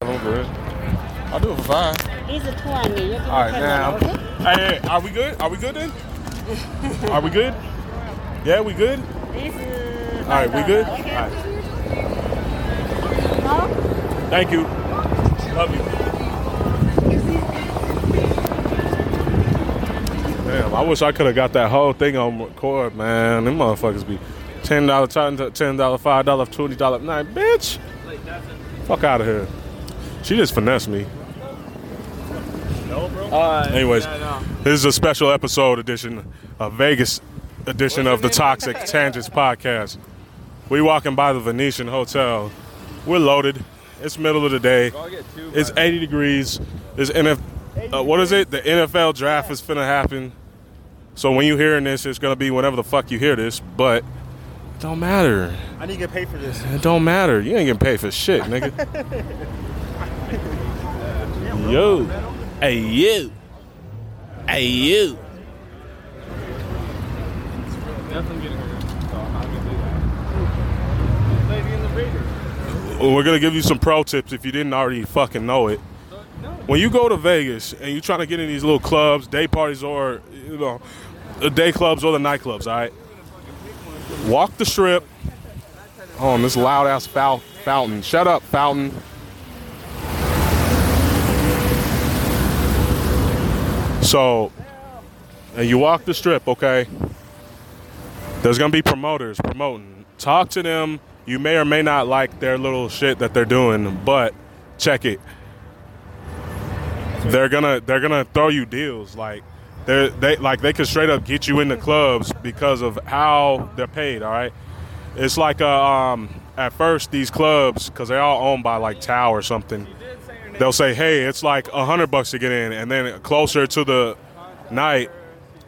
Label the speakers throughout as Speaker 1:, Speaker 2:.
Speaker 1: over it. I'll do it for five.
Speaker 2: These are 20. You're
Speaker 1: All right,
Speaker 2: going
Speaker 1: now.
Speaker 2: to okay?
Speaker 1: Hey, hey, are we good? Are we good then? Are we good? Yeah, we good.
Speaker 2: This is.
Speaker 1: All right, we good. All
Speaker 2: Okay.
Speaker 1: right, thank you. Love you. Damn, I wish I could have got that whole thing on record, man. Them motherfuckers be ten dollar, ten dollar, five dollar, twenty dollar. Nah, bitch. Fuck out of here. She just finessed me. Anyways, this is a special episode edition, a Vegas edition of the Toxic Tangents podcast. We walking by the Venetian Hotel. We're loaded. It's middle of the day. It's 80 degrees. It's NF. Uh, what is it? The NFL draft is finna happen. So when you hearing this, it's gonna be whenever the fuck you hear this. But it don't matter.
Speaker 3: I need to get paid for this.
Speaker 1: It don't matter. You ain't getting paid for shit, nigga. yo. Hey, you. Hey, you.
Speaker 4: Definitely getting her. So I can do that. This lady in the breeder.
Speaker 1: We're going to give you some pro tips if you didn't already fucking know it.
Speaker 4: So, no.
Speaker 1: When you go to Vegas and you're trying to get in these little clubs, day parties or, you know, the day clubs or the nightclubs, all right? Walk the strip. Oh, and this loud ass foul- fountain. Shut up, fountain. So, and you walk the strip, okay? There's gonna be promoters promoting. Talk to them. You may or may not like their little shit that they're doing, but check it. They're gonna they're gonna throw you deals like they they like they could straight up get you into clubs because of how they're paid. All right, it's like uh, um at first these clubs because they're all owned by like Tao or something they'll say, "Hey, it's like a hundred bucks to get in," and then closer to the night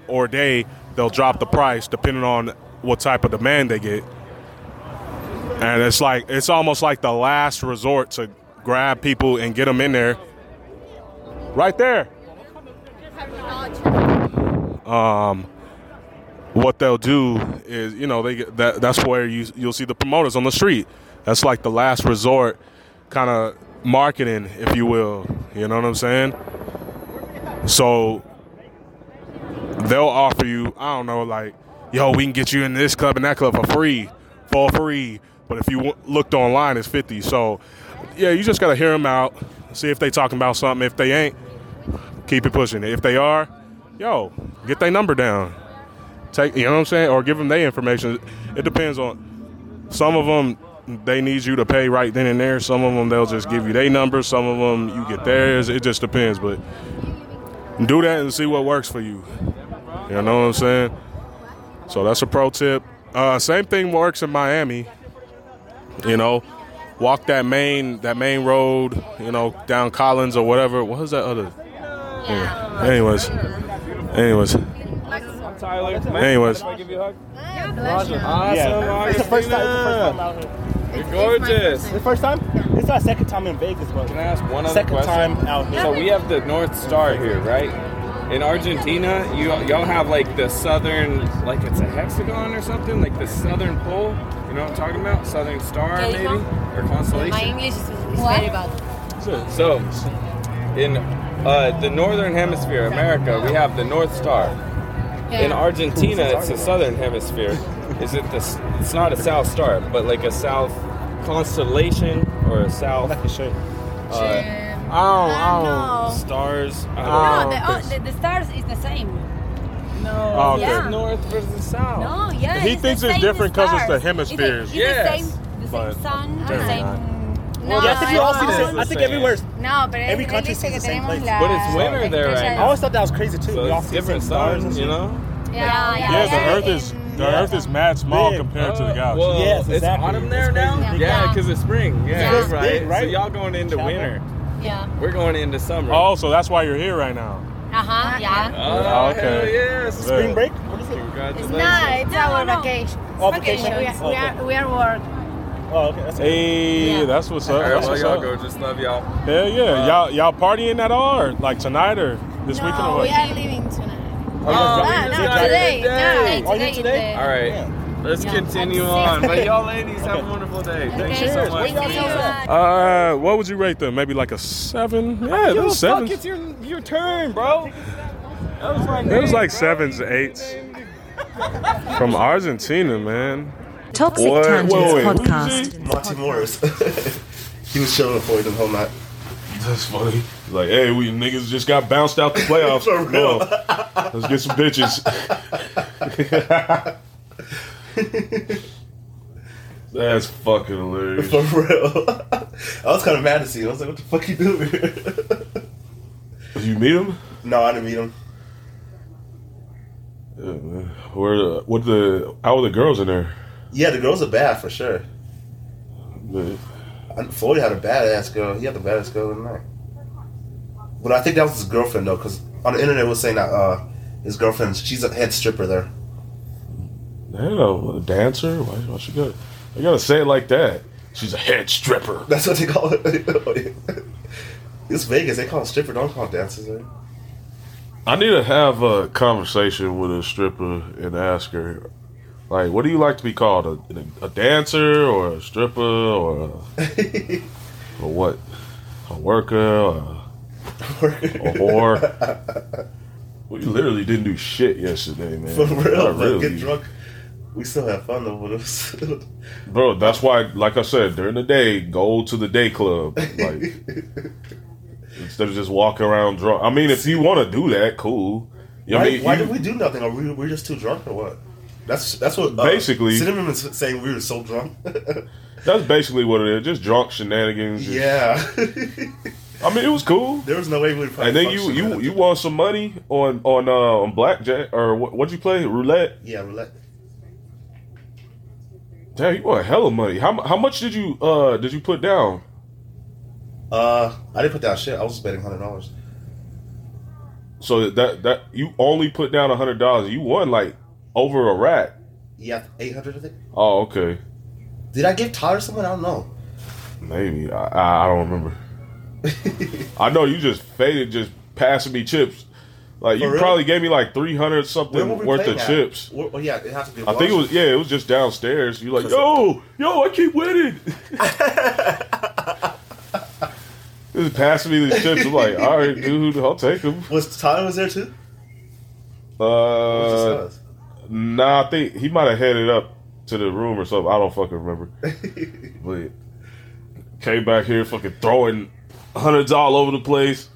Speaker 1: or day, they'll drop the price depending on what type of demand they get. And it's like it's almost like the last resort to grab people and get them in there. Right there. what they'll do is you know they get that that's where you you'll see the promoters on the street that's like the last resort kind of marketing if you will you know what i'm saying so they'll offer you i don't know like yo we can get you in this club and that club for free for free but if you w- looked online it's 50 so yeah you just gotta hear them out see if they talking about something if they ain't keep it pushing if they are yo get their number down take you know what I'm saying, or give them their information. It depends on some of them they need you to pay right then and there. Some of them they'll just give you their number. Some of them you get theirs. It just depends, but do that and see what works for you. You know what I'm saying? So that's a pro tip. Uh, same thing works in Miami. You know, walk that main that main road. You know, down Collins or whatever. What was that other? Anyways, anyways.
Speaker 4: I'm Tyler.
Speaker 1: Anyways.
Speaker 4: Can I give you a hug?
Speaker 5: God
Speaker 4: Awesome.
Speaker 5: bless
Speaker 4: Awesome.
Speaker 3: Yeah. It's the first time. It's the first time
Speaker 4: Augustina.
Speaker 3: out
Speaker 5: you.
Speaker 3: here.
Speaker 4: You're gorgeous.
Speaker 3: It's the first time? It's our second time in Vegas, bro.
Speaker 4: Can I ask one other
Speaker 3: Second
Speaker 4: question?
Speaker 3: time out here.
Speaker 4: So we have the North Star here, right? In Argentina, you y'all have like the southern, like it's a hexagon or something, like the southern pole. You know what I'm talking about? Southern Star,
Speaker 5: Yeah, you
Speaker 4: maybe,
Speaker 5: know.
Speaker 4: or constellation.
Speaker 5: English is, is
Speaker 2: What?
Speaker 5: bad.
Speaker 4: So, in uh, the northern hemisphere, America, we have the North Star. In Argentina, it's the southern hemisphere. Is it the? s- It's not a south star, but like a south constellation or a south.
Speaker 3: Like a shirt.
Speaker 4: Uh,
Speaker 5: Oh, no.
Speaker 4: Stars. I
Speaker 5: No,
Speaker 4: don't
Speaker 5: the,
Speaker 4: know.
Speaker 5: oh, the, the stars is the same.
Speaker 4: No,
Speaker 1: okay.
Speaker 4: it's Oh, north versus south.
Speaker 5: No, yeah.
Speaker 1: He
Speaker 5: it's
Speaker 1: thinks
Speaker 5: the
Speaker 1: it's
Speaker 5: same
Speaker 1: different 'cause it's the
Speaker 5: stars.
Speaker 1: hemispheres.
Speaker 5: It's,
Speaker 4: Yes.
Speaker 5: it's the same, the
Speaker 1: But
Speaker 5: same sun,
Speaker 1: they're
Speaker 5: the same.
Speaker 1: not.
Speaker 5: No,
Speaker 3: yeah, I think we
Speaker 5: no,
Speaker 3: all see the
Speaker 5: no.
Speaker 3: same.
Speaker 4: no.
Speaker 3: I think everywhere's.
Speaker 5: No, pero
Speaker 3: Every
Speaker 5: es
Speaker 3: country
Speaker 5: el
Speaker 3: sees
Speaker 5: que
Speaker 3: the same
Speaker 5: tenemos
Speaker 3: place.
Speaker 5: la
Speaker 4: But it's winter
Speaker 5: estrella.
Speaker 4: there right
Speaker 3: I
Speaker 4: now.
Speaker 3: always thought that was crazy too.
Speaker 4: So
Speaker 3: we all
Speaker 4: it's
Speaker 3: see the same
Speaker 4: different
Speaker 3: stars.
Speaker 4: stars,
Speaker 3: and
Speaker 4: you
Speaker 3: shit.
Speaker 4: know.
Speaker 5: Yeah, yeah.
Speaker 1: Yeah,
Speaker 5: yeah,
Speaker 1: the Earth is
Speaker 5: in-
Speaker 1: the Earth is mad small
Speaker 3: Big.
Speaker 1: compared to the
Speaker 4: Uh,
Speaker 1: galaxy.
Speaker 4: Well,
Speaker 3: Yes,
Speaker 4: it's
Speaker 3: exactly.
Speaker 4: autumn there
Speaker 3: It's
Speaker 4: now.
Speaker 3: crazy.
Speaker 4: Yeah,
Speaker 5: Yeah.
Speaker 4: because it's spring. Yeah,
Speaker 5: Yeah. It's
Speaker 4: right.
Speaker 3: big, right?
Speaker 4: So y'all going into
Speaker 3: Travel.
Speaker 4: winter.
Speaker 5: Yeah.
Speaker 4: We're going into summer.
Speaker 1: Oh, so that's why you're here right now.
Speaker 5: Uh-huh, yeah.
Speaker 4: Oh,
Speaker 1: Okay.
Speaker 4: hell yes.
Speaker 1: Look.
Speaker 3: Spring break? What is it?
Speaker 4: Congratulations.
Speaker 2: it's
Speaker 5: No,
Speaker 2: our
Speaker 5: no.
Speaker 2: vacation.
Speaker 3: Oh,
Speaker 2: vacation.
Speaker 3: vacation.
Speaker 2: We are, we
Speaker 3: Okay.
Speaker 2: are, we are work.
Speaker 3: Oh, okay. That's
Speaker 1: Hey,
Speaker 5: Yeah.
Speaker 1: that's what's up.
Speaker 4: All right,
Speaker 1: That's
Speaker 4: well,
Speaker 1: what's
Speaker 4: y'all
Speaker 1: up.
Speaker 4: go. Just love y'all.
Speaker 1: Hell yeah, y'all y'all partying at all, or like tonight or this
Speaker 2: no,
Speaker 1: weekend or
Speaker 2: we
Speaker 1: what?
Speaker 2: are leaving tonight.
Speaker 3: Oh,
Speaker 4: Oh, no,
Speaker 3: yeah. Yeah.
Speaker 4: today.
Speaker 3: Are you
Speaker 5: Today is
Speaker 3: today?
Speaker 5: the-
Speaker 4: All right.
Speaker 3: Yeah.
Speaker 4: Let's
Speaker 5: Yeah.
Speaker 4: continue on. But y'all ladies have a wonderful day. Thank you so
Speaker 5: Cheers.
Speaker 4: much.
Speaker 5: Thank you so much.
Speaker 1: Uh, what would you rate them? Maybe like a seven? Yeah, it
Speaker 3: Yo,
Speaker 1: was seven.
Speaker 3: fuck, it's your your turn, bro. That was like
Speaker 1: It was like sevens, eights. From Argentina, man.
Speaker 6: Toxic
Speaker 1: What?
Speaker 6: Tangents
Speaker 1: Whoa, wait.
Speaker 6: Podcast.
Speaker 7: Monty Morris. he was showing for you the whole night.
Speaker 1: That's funny. Like, hey, we niggas just got bounced out the playoffs.
Speaker 7: For real.
Speaker 1: Well, let's get some bitches. That's fucking hilarious.
Speaker 7: For real. I was kind of mad to see him. I was like, what the fuck you doing here?
Speaker 1: You meet him?
Speaker 7: no, I didn't meet him.
Speaker 1: Yeah, man. Where? the- uh, What the? How are the girls in there?
Speaker 7: Yeah, the girls are bad for sure.
Speaker 1: The-
Speaker 7: And Floyd had a badass girl. He had the baddest girl in there. But I think that was his girlfriend though, because on the internet it was saying that uh, his girlfriend, she's a head stripper there.
Speaker 1: Damn, a dancer? Why, why she got? I gotta say it like that. She's a head stripper.
Speaker 7: That's what they call it. it's Vegas. They call it stripper. Don't call it dancers. Right?
Speaker 1: I need to have a conversation with a stripper and ask her, like, what do you like to be called? A, a dancer or a stripper or a, or what? A worker or a whore? we literally didn't do shit yesterday, man.
Speaker 7: For real,
Speaker 1: Not
Speaker 7: like, get drunk. We still have fun though. But it was
Speaker 1: Bro, that's why, like I said, during the day, go to the day club. Like, instead of just walking around drunk. I mean, if you want to do that, cool. You know
Speaker 7: why,
Speaker 1: what I mean,
Speaker 7: why
Speaker 1: You-
Speaker 7: did we do nothing? Are we we're just too drunk or what? That's that's what uh,
Speaker 1: Basically-
Speaker 7: Cinnamon was saying we were so drunk.
Speaker 1: That's basically what it is. Just drunk shenanigans. Just-
Speaker 7: yeah,
Speaker 1: I mean, it was cool.
Speaker 7: there was no way we would. probably
Speaker 1: And then you
Speaker 7: function
Speaker 1: you
Speaker 7: at
Speaker 1: you won some money on on uh, on blackjack or what, what'd you play roulette?
Speaker 7: Yeah, roulette.
Speaker 1: Damn, you won a hell of money. How mu- how much did you uh did you put down?
Speaker 7: Uh, I didn't put down shit. I was just betting hundred dollars.
Speaker 1: So that that you only put down a hundred dollars. You won like over a rat.
Speaker 7: Yeah, eight hundred. I think.
Speaker 1: Oh, okay.
Speaker 7: Did I give Tyler someone? I don't know.
Speaker 1: Maybe I- I I don't remember. I know you just faded, just passing me chips. Like
Speaker 7: For
Speaker 1: you
Speaker 7: real?
Speaker 1: probably gave me like three hundred something worth
Speaker 7: playing
Speaker 1: of
Speaker 7: at?
Speaker 1: chips.
Speaker 7: Where- well, yeah, it has to be.
Speaker 1: I think it was
Speaker 7: Washington.
Speaker 1: yeah, it was just downstairs. You like, yo, yo, I keep winning. Just passing me these chips. I'm like, all right, dude, I'll take them.
Speaker 7: Was Tyler was there too? Or was it
Speaker 1: Uh,
Speaker 7: just us?
Speaker 1: nah, I think he might have headed up to the room or something. I don't fucking remember. but came back here, fucking throwing hundreds all over the place.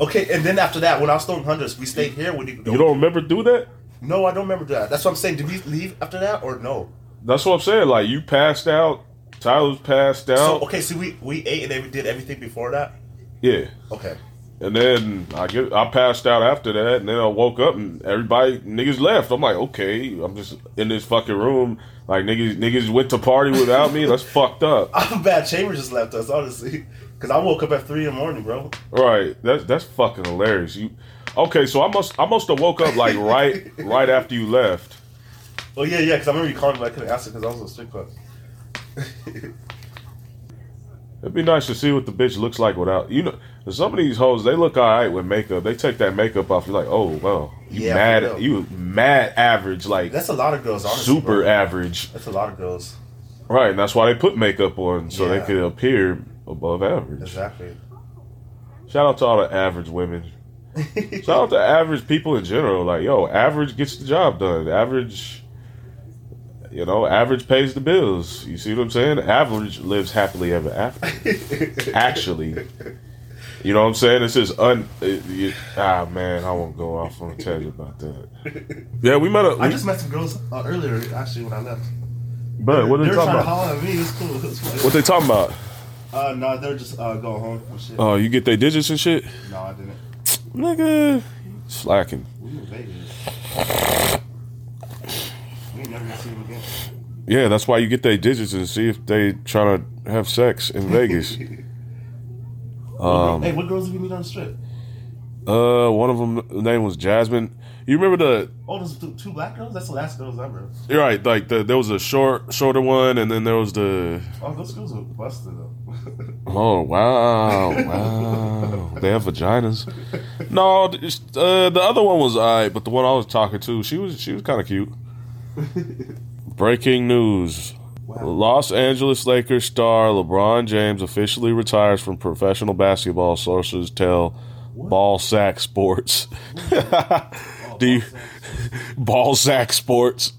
Speaker 7: okay, and then after that, when I was throwing hundreds, we stayed here. We didn't go.
Speaker 1: You don't remember do that?
Speaker 7: No, I don't remember that. That's what I'm saying. Did we leave after that or no?
Speaker 1: That's what I'm saying. Like you passed out. Tyler's passed out.
Speaker 7: So okay, so we we ate and then we did everything before that.
Speaker 1: Yeah.
Speaker 7: Okay.
Speaker 1: And then I get I passed out after that, and then I woke up and everybody niggas left. I'm like, okay, I'm just in this fucking room. Like niggas niggas went to party without me. That's fucked up.
Speaker 7: I'm bad. Chambers just left us, honestly. Because I woke up at 3 in the morning, bro.
Speaker 1: Right. That's that's fucking hilarious. You okay, so I must I must have woke up like right right after you left.
Speaker 7: Oh, yeah, yeah, because I remember you calling me, but I couldn't answer because I was on a strip club.
Speaker 1: It'd be nice to see what the bitch looks like without you know some of these hoes, they look alright with makeup. They take that makeup off, you're like, oh well. You
Speaker 7: Yeah, for real.
Speaker 1: mad you mad average, like
Speaker 7: That's a lot of girls, honestly.
Speaker 1: super
Speaker 7: bro.
Speaker 1: average.
Speaker 7: That's a lot of girls.
Speaker 1: Right, and that's why they put makeup on so
Speaker 7: Yeah.
Speaker 1: they could appear above average.
Speaker 7: Exactly.
Speaker 1: Shout out to all the average women. Shout out to average people in general. Like, yo, average gets the job done. Average, you know, average pays the bills. You see what I'm saying? Average lives happily ever after. Actually, you know what I'm saying? It's just un. It, you, ah, man, I won't go off on a tangent about that. Yeah, we met up.
Speaker 7: I just met some girls uh, earlier, actually, when I left.
Speaker 1: but what are
Speaker 7: They
Speaker 1: they talking
Speaker 7: were trying to
Speaker 1: about?
Speaker 7: holler at me. It was cool. It was funny.
Speaker 1: What they talking about?
Speaker 7: Uh, no, they're just uh, going home and shit.
Speaker 1: Oh, you get their digits and shit,
Speaker 7: no, I didn't.
Speaker 1: nigga. Slacking.
Speaker 7: We were in Vegas. We ain't never gonna see them again.
Speaker 1: Yeah, that's why you get their digits and see if they trying to have sex in Vegas. Um,
Speaker 7: hey, what girls did we meet on the strip?
Speaker 1: uh, one of them name was Jasmine. You remember the
Speaker 7: Oh, those two, two black girls? That's the last girls ever.
Speaker 1: you're right, like the, there was a short, shorter one, and then there was the
Speaker 7: Oh, those girls were busted, though.
Speaker 1: oh wow, wow, they have vaginas. No, it's- uh, the other one was alright, but the one I was talking to, she was she was kind of cute.
Speaker 6: Breaking news. Los Angeles Lakers star LeBron James officially retires from professional basketball. Sources tell Ball Sack Sports. Do you Ball Sack Sports?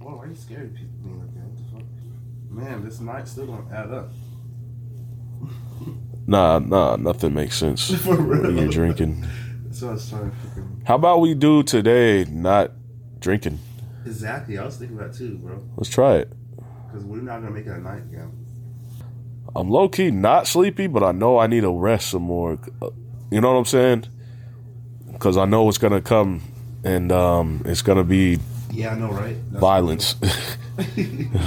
Speaker 7: Whoa, why are you scaring people being like that? What the fuck? Man, this night still don't add up.
Speaker 6: Nah, nah, nothing makes sense.
Speaker 7: For real.
Speaker 6: You're drinking.
Speaker 7: So I was trying to fucking.
Speaker 6: How about we do today not drinking?
Speaker 7: Exactly, I was thinking that too, bro.
Speaker 6: Let's try it.
Speaker 7: Because we're not gonna make it a night again.
Speaker 6: I'm low key not sleepy, but I know I need to rest some more. Uh, You know what I'm saying? Because I know it's gonna come, and um, it's gonna be
Speaker 7: Yeah, I know, right? That's-
Speaker 6: violence,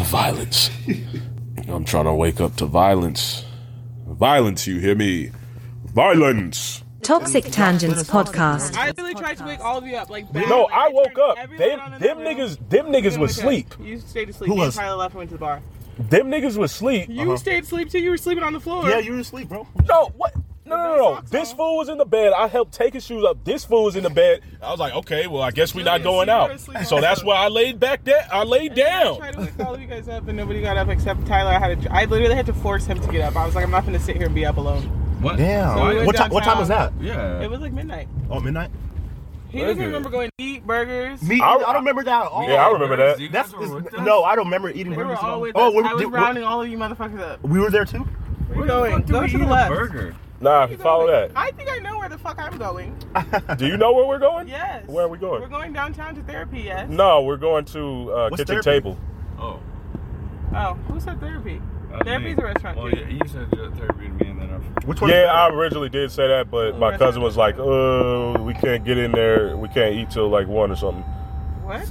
Speaker 6: violence. I'm trying to wake up to violence, violence. You hear me? Violence.
Speaker 8: Toxic Tangents Podcast.
Speaker 3: I really tried to wake all of you up. Like
Speaker 1: No,
Speaker 3: badly.
Speaker 1: I woke
Speaker 3: turned
Speaker 1: up.
Speaker 3: everyone
Speaker 1: Them,
Speaker 3: on in the
Speaker 1: them
Speaker 3: room.
Speaker 1: niggas, them niggas was
Speaker 3: You went to-
Speaker 1: sleep.
Speaker 3: You stayed asleep.
Speaker 9: Who
Speaker 3: Me and
Speaker 9: was?
Speaker 3: Tyler left and went to the bar.
Speaker 1: Them niggas was sleep.
Speaker 3: You stayed asleep too. You were sleeping on the floor.
Speaker 9: Yeah, you were asleep, bro.
Speaker 1: No, what? No, no,
Speaker 3: no
Speaker 1: no, no.
Speaker 3: socks
Speaker 1: This
Speaker 3: on.
Speaker 1: fool was in the bed. I helped take his shoes up. This fool was in the bed. I was like, okay, well, I guess we're not going
Speaker 3: Julius, you were
Speaker 1: out.
Speaker 3: asleep
Speaker 1: So
Speaker 3: also.
Speaker 1: that's why I laid back. That I laid
Speaker 3: I
Speaker 1: down.
Speaker 3: tried to wake all of you guys up, and nobody got up except Tyler. I had to. I literally had to force him to get up. I was like, I'm not gonna sit here and be up alone.
Speaker 4: What?
Speaker 3: So we
Speaker 9: Damn.
Speaker 3: went
Speaker 9: What time? What time was that?
Speaker 3: downtown.
Speaker 4: Yeah.
Speaker 3: It was like midnight.
Speaker 9: Oh, midnight.
Speaker 3: He doesn't
Speaker 1: Burgers.
Speaker 3: remember going to eat burgers.
Speaker 9: Me,
Speaker 1: I-
Speaker 9: I, don't remember that at all.
Speaker 1: Yeah, I remember that.
Speaker 4: You
Speaker 9: That's
Speaker 4: guys were with us?
Speaker 9: no, I don't remember eating
Speaker 3: They were
Speaker 9: burgers. at
Speaker 3: all
Speaker 9: all.
Speaker 3: with
Speaker 9: oh,
Speaker 3: us.
Speaker 9: we're,
Speaker 3: I was
Speaker 9: did- we're-
Speaker 3: rounding all of you motherfuckers up.
Speaker 9: we were there too.
Speaker 3: We're going. Go to the left.
Speaker 4: Burger.
Speaker 1: Nah, follow that.
Speaker 3: I think I know where the fuck I'm going.
Speaker 1: Do you know where we're going?
Speaker 3: Yes.
Speaker 1: Where are we going?
Speaker 3: We're going downtown to therapy. Yes.
Speaker 1: No, we're going to uh,
Speaker 9: What's
Speaker 1: kitchen
Speaker 9: therapy?
Speaker 1: table.
Speaker 4: Oh.
Speaker 3: Oh, who said therapy? Therapy's a restaurant.
Speaker 4: Well,
Speaker 3: too.
Speaker 4: yeah, you said uh, therapy to me, and then I.
Speaker 9: Which one?
Speaker 1: Yeah, I originally did say that, but my
Speaker 3: Restaurant.
Speaker 1: cousin was like, "Uh, we can't get in there. We can't eat till like one or something
Speaker 3: What?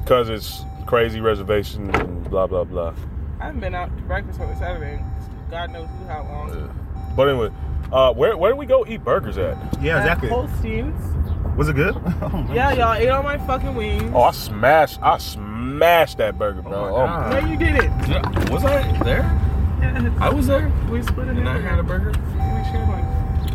Speaker 1: because it's crazy reservations and blah blah blah."
Speaker 3: I haven't been out to breakfast on Saturday. in God knows who how long.
Speaker 1: But anyway, uh, where where do we go eat burgers at?
Speaker 9: yeah,
Speaker 3: At
Speaker 9: exactly.
Speaker 3: Holsteins.
Speaker 9: Was it good?
Speaker 3: Yeah, y'all ate all my fucking wings.
Speaker 1: Oh, I smashed, I smashed that burger, bro. Oh, my
Speaker 3: No, you did it.
Speaker 4: Did I- Was I there? I was there.
Speaker 3: we split it.
Speaker 4: And I had a burger.
Speaker 3: We shared one.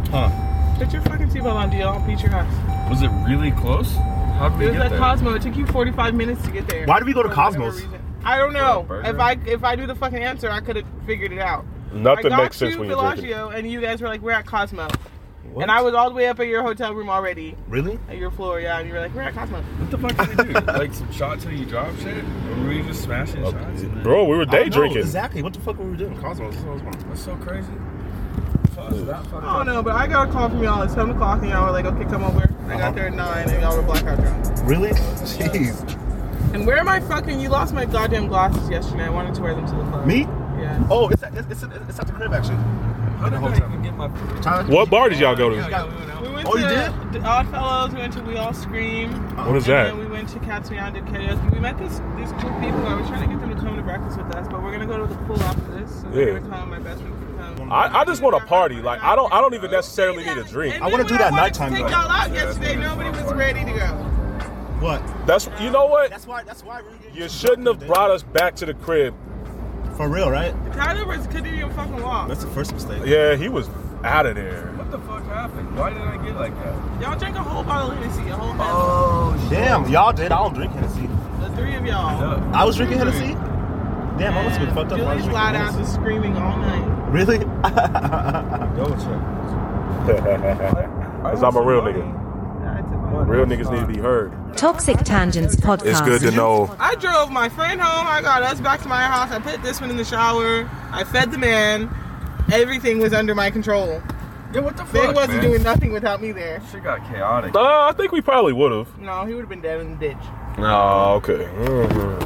Speaker 4: Huh?
Speaker 3: Put your fucking seatbelt on, D. I'll beat your ass.
Speaker 4: Was it really close? How did
Speaker 3: It
Speaker 4: we
Speaker 3: was
Speaker 4: get
Speaker 3: at
Speaker 4: there?
Speaker 3: Cosmo. It took you 45 minutes to get there.
Speaker 9: Why did we go to
Speaker 3: For whatever
Speaker 9: Cosmos?
Speaker 3: reason. I don't know.
Speaker 4: For a burger?
Speaker 3: If I if I knew the fucking answer, I could have figured it out. I
Speaker 1: Nothing
Speaker 3: got
Speaker 1: makes
Speaker 3: to
Speaker 1: sense when you're drinking.
Speaker 3: Bellagio, and you guys were like, "We're at Cosmo," and I was all the way up at your hotel room already,
Speaker 9: Really?
Speaker 3: at your floor, yeah. And you were like, "We're at Cosmo."
Speaker 4: What the fuck did we do? like some shot till you drop shit? Or were you just smashing shots? and then-
Speaker 1: Bro, we were
Speaker 9: I
Speaker 1: day
Speaker 9: don't know
Speaker 1: drinking.
Speaker 9: Exactly. What the fuck were we doing? Cosmos. That's what I was wondering.
Speaker 4: That's so crazy. Fuck, that fucked
Speaker 3: I
Speaker 4: up.
Speaker 3: don't know, but I got a call from y'all at seven o'clock, and y'all were like, "Okay, come over." I
Speaker 9: Uh-huh.
Speaker 3: got there at nine, and y'all were blackout drunk.
Speaker 9: Really? Jeez.
Speaker 3: And where am I fucking? You lost my goddamn glasses yesterday. I wanted to wear them to the club.
Speaker 9: Me?
Speaker 3: Yeah.
Speaker 9: Oh, it's at, it's, it's, at- it's at the crib actually.
Speaker 4: How did I even get my food?
Speaker 9: Tyler?
Speaker 1: What bar did y'all go to?
Speaker 3: We went
Speaker 9: Oh,
Speaker 3: to
Speaker 9: you did?
Speaker 3: D- Oddfellows. We went to We All Scream.
Speaker 1: What is
Speaker 3: and
Speaker 1: that?
Speaker 3: Then we went to Cats Meow and did karaoke. We met these these cool people. I was trying to get them to come to breakfast with us, but we're gonna go to the pool after this. So
Speaker 1: Yeah.
Speaker 3: they're gonna come. My best friend can come.
Speaker 1: I, I just want a party. Like I don't I don't even necessarily need a drink.
Speaker 3: And
Speaker 9: I wanna
Speaker 3: then
Speaker 9: do that
Speaker 3: when wanted
Speaker 9: nighttime,
Speaker 3: To take
Speaker 9: though.
Speaker 3: y'all out yesterday. Nobody was ready to go.
Speaker 9: What?
Speaker 1: That's you know what?
Speaker 9: why. That's why. Really
Speaker 1: You shouldn't have brought us back to the crib.
Speaker 9: For real, right?
Speaker 3: Tyler was couldn't even fucking walk.
Speaker 9: That's the first mistake.
Speaker 1: Yeah, he was out of there.
Speaker 4: What the fuck happened? Why did I get like that?
Speaker 3: Y'all drank a whole bottle of Hennessy, a whole bottle.
Speaker 4: Oh,
Speaker 9: Damn, y'all did. I don't drink Hennessy.
Speaker 3: the three of y'all.
Speaker 9: I was drinking Hennessy. Damn, I must have been fucked up. while I was
Speaker 3: Julie's
Speaker 9: drinking
Speaker 3: loud ass
Speaker 9: Hennessy.
Speaker 3: was screaming all night.
Speaker 9: Really?
Speaker 4: Double check.
Speaker 1: Cause I'm a real nigga. Real niggas need to be heard.
Speaker 8: Toxic Tangents Podcast.
Speaker 1: It's good to know.
Speaker 3: I drove my friend home. I got us back to my house. I put this one in the shower. I fed the man. Everything was under my control.
Speaker 4: Yeah, what the fuck?
Speaker 3: They wasn't
Speaker 4: man?
Speaker 3: doing nothing without me there.
Speaker 4: Shit got chaotic.
Speaker 1: Uh, I think we probably would have.
Speaker 3: No, he would have been dead in the ditch.
Speaker 1: Oh, okay. Mm-hmm.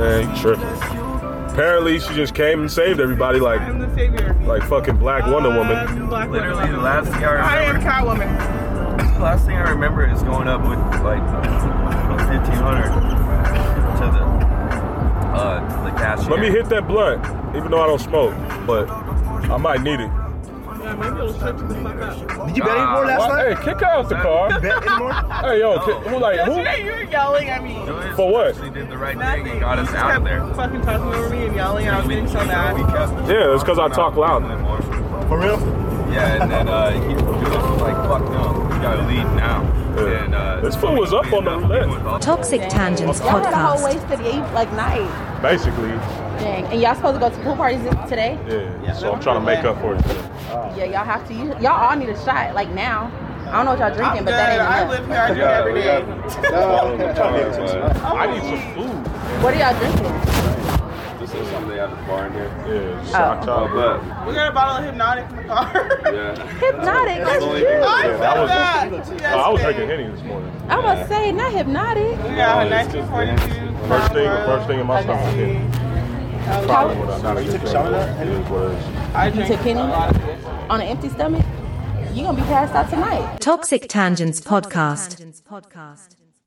Speaker 1: Man, you tripping. Apparently, she just came and saved everybody like
Speaker 3: I'm the savior.
Speaker 1: like fucking Black Wonder Woman.
Speaker 3: I'm Black Wonder
Speaker 4: Literally, the
Speaker 3: Woman.
Speaker 4: last thing I
Speaker 3: I am
Speaker 4: remember.
Speaker 3: Catwoman.
Speaker 4: The last thing I remember is going up with like fifteen hundred to the uh the cashier.
Speaker 1: Let me hit that blunt, even though I don't smoke, but I might need it.
Speaker 3: Yeah, maybe it'll shut you the fuck up.
Speaker 9: Did you bet anymore
Speaker 4: Ah,
Speaker 9: last
Speaker 1: Why-
Speaker 9: night?
Speaker 1: hey, kick her out the car.
Speaker 9: Bet anymore?
Speaker 1: Hey, yo, ki- who like who?
Speaker 3: Yesterday you were yelling at me.
Speaker 4: Julius
Speaker 1: For what?
Speaker 4: actually did the right
Speaker 3: Nothing.
Speaker 4: thing and got
Speaker 3: You
Speaker 4: us
Speaker 3: just
Speaker 4: out of
Speaker 3: kept
Speaker 4: there.
Speaker 3: Fucking talking over me and yelling. I was getting so mad.
Speaker 1: Yeah, it's 'cause I talk loud.
Speaker 9: For real?
Speaker 4: Yeah, and then uh, he, he was just like, fuck no, we gotta lead now. And uh,
Speaker 1: This fool was up on the roulette,
Speaker 8: Toxic Tangents Podcast.
Speaker 5: wasted eight, like night.
Speaker 1: basically.
Speaker 5: Dang. And y'all supposed to go to pool parties today?
Speaker 1: Yeah. so I'm trying to make up for it.
Speaker 5: Yeah, y'all have to. You, y'all all need a shot, like now. I don't know what y'all drinking, but
Speaker 3: I'm good.
Speaker 5: that ain't
Speaker 3: I
Speaker 5: enough.
Speaker 3: live here. I drink
Speaker 4: Yeah,
Speaker 3: every
Speaker 4: we
Speaker 3: day.
Speaker 4: got bottles of tar, but
Speaker 1: I need some food.
Speaker 5: What are y'all drinking?
Speaker 4: this is something they have at the bar in here.
Speaker 1: Yeah, shock
Speaker 4: Oh,
Speaker 1: top.
Speaker 4: but
Speaker 3: We got a bottle of hypnotic in the car.
Speaker 4: yeah.
Speaker 5: Hypnotic.
Speaker 4: That's
Speaker 5: let's
Speaker 4: the only
Speaker 5: drink.
Speaker 4: thing-
Speaker 3: I
Speaker 4: yeah,
Speaker 3: said
Speaker 1: that was-
Speaker 3: that. Yes,
Speaker 1: I was
Speaker 3: babe.
Speaker 1: drinking Henny this morning.
Speaker 5: I was saying not hypnotic.
Speaker 3: We got a
Speaker 4: Oh, it's
Speaker 3: 1942.
Speaker 4: just-
Speaker 1: First thing, first thing in my stomach. Henny. Probably what I
Speaker 10: You took a shot of that?
Speaker 1: It is what it is.
Speaker 3: I
Speaker 5: You
Speaker 3: drink
Speaker 5: took Kenny on an empty stomach. You gonna be passed out tonight.
Speaker 8: Toxic Tangents Podcast.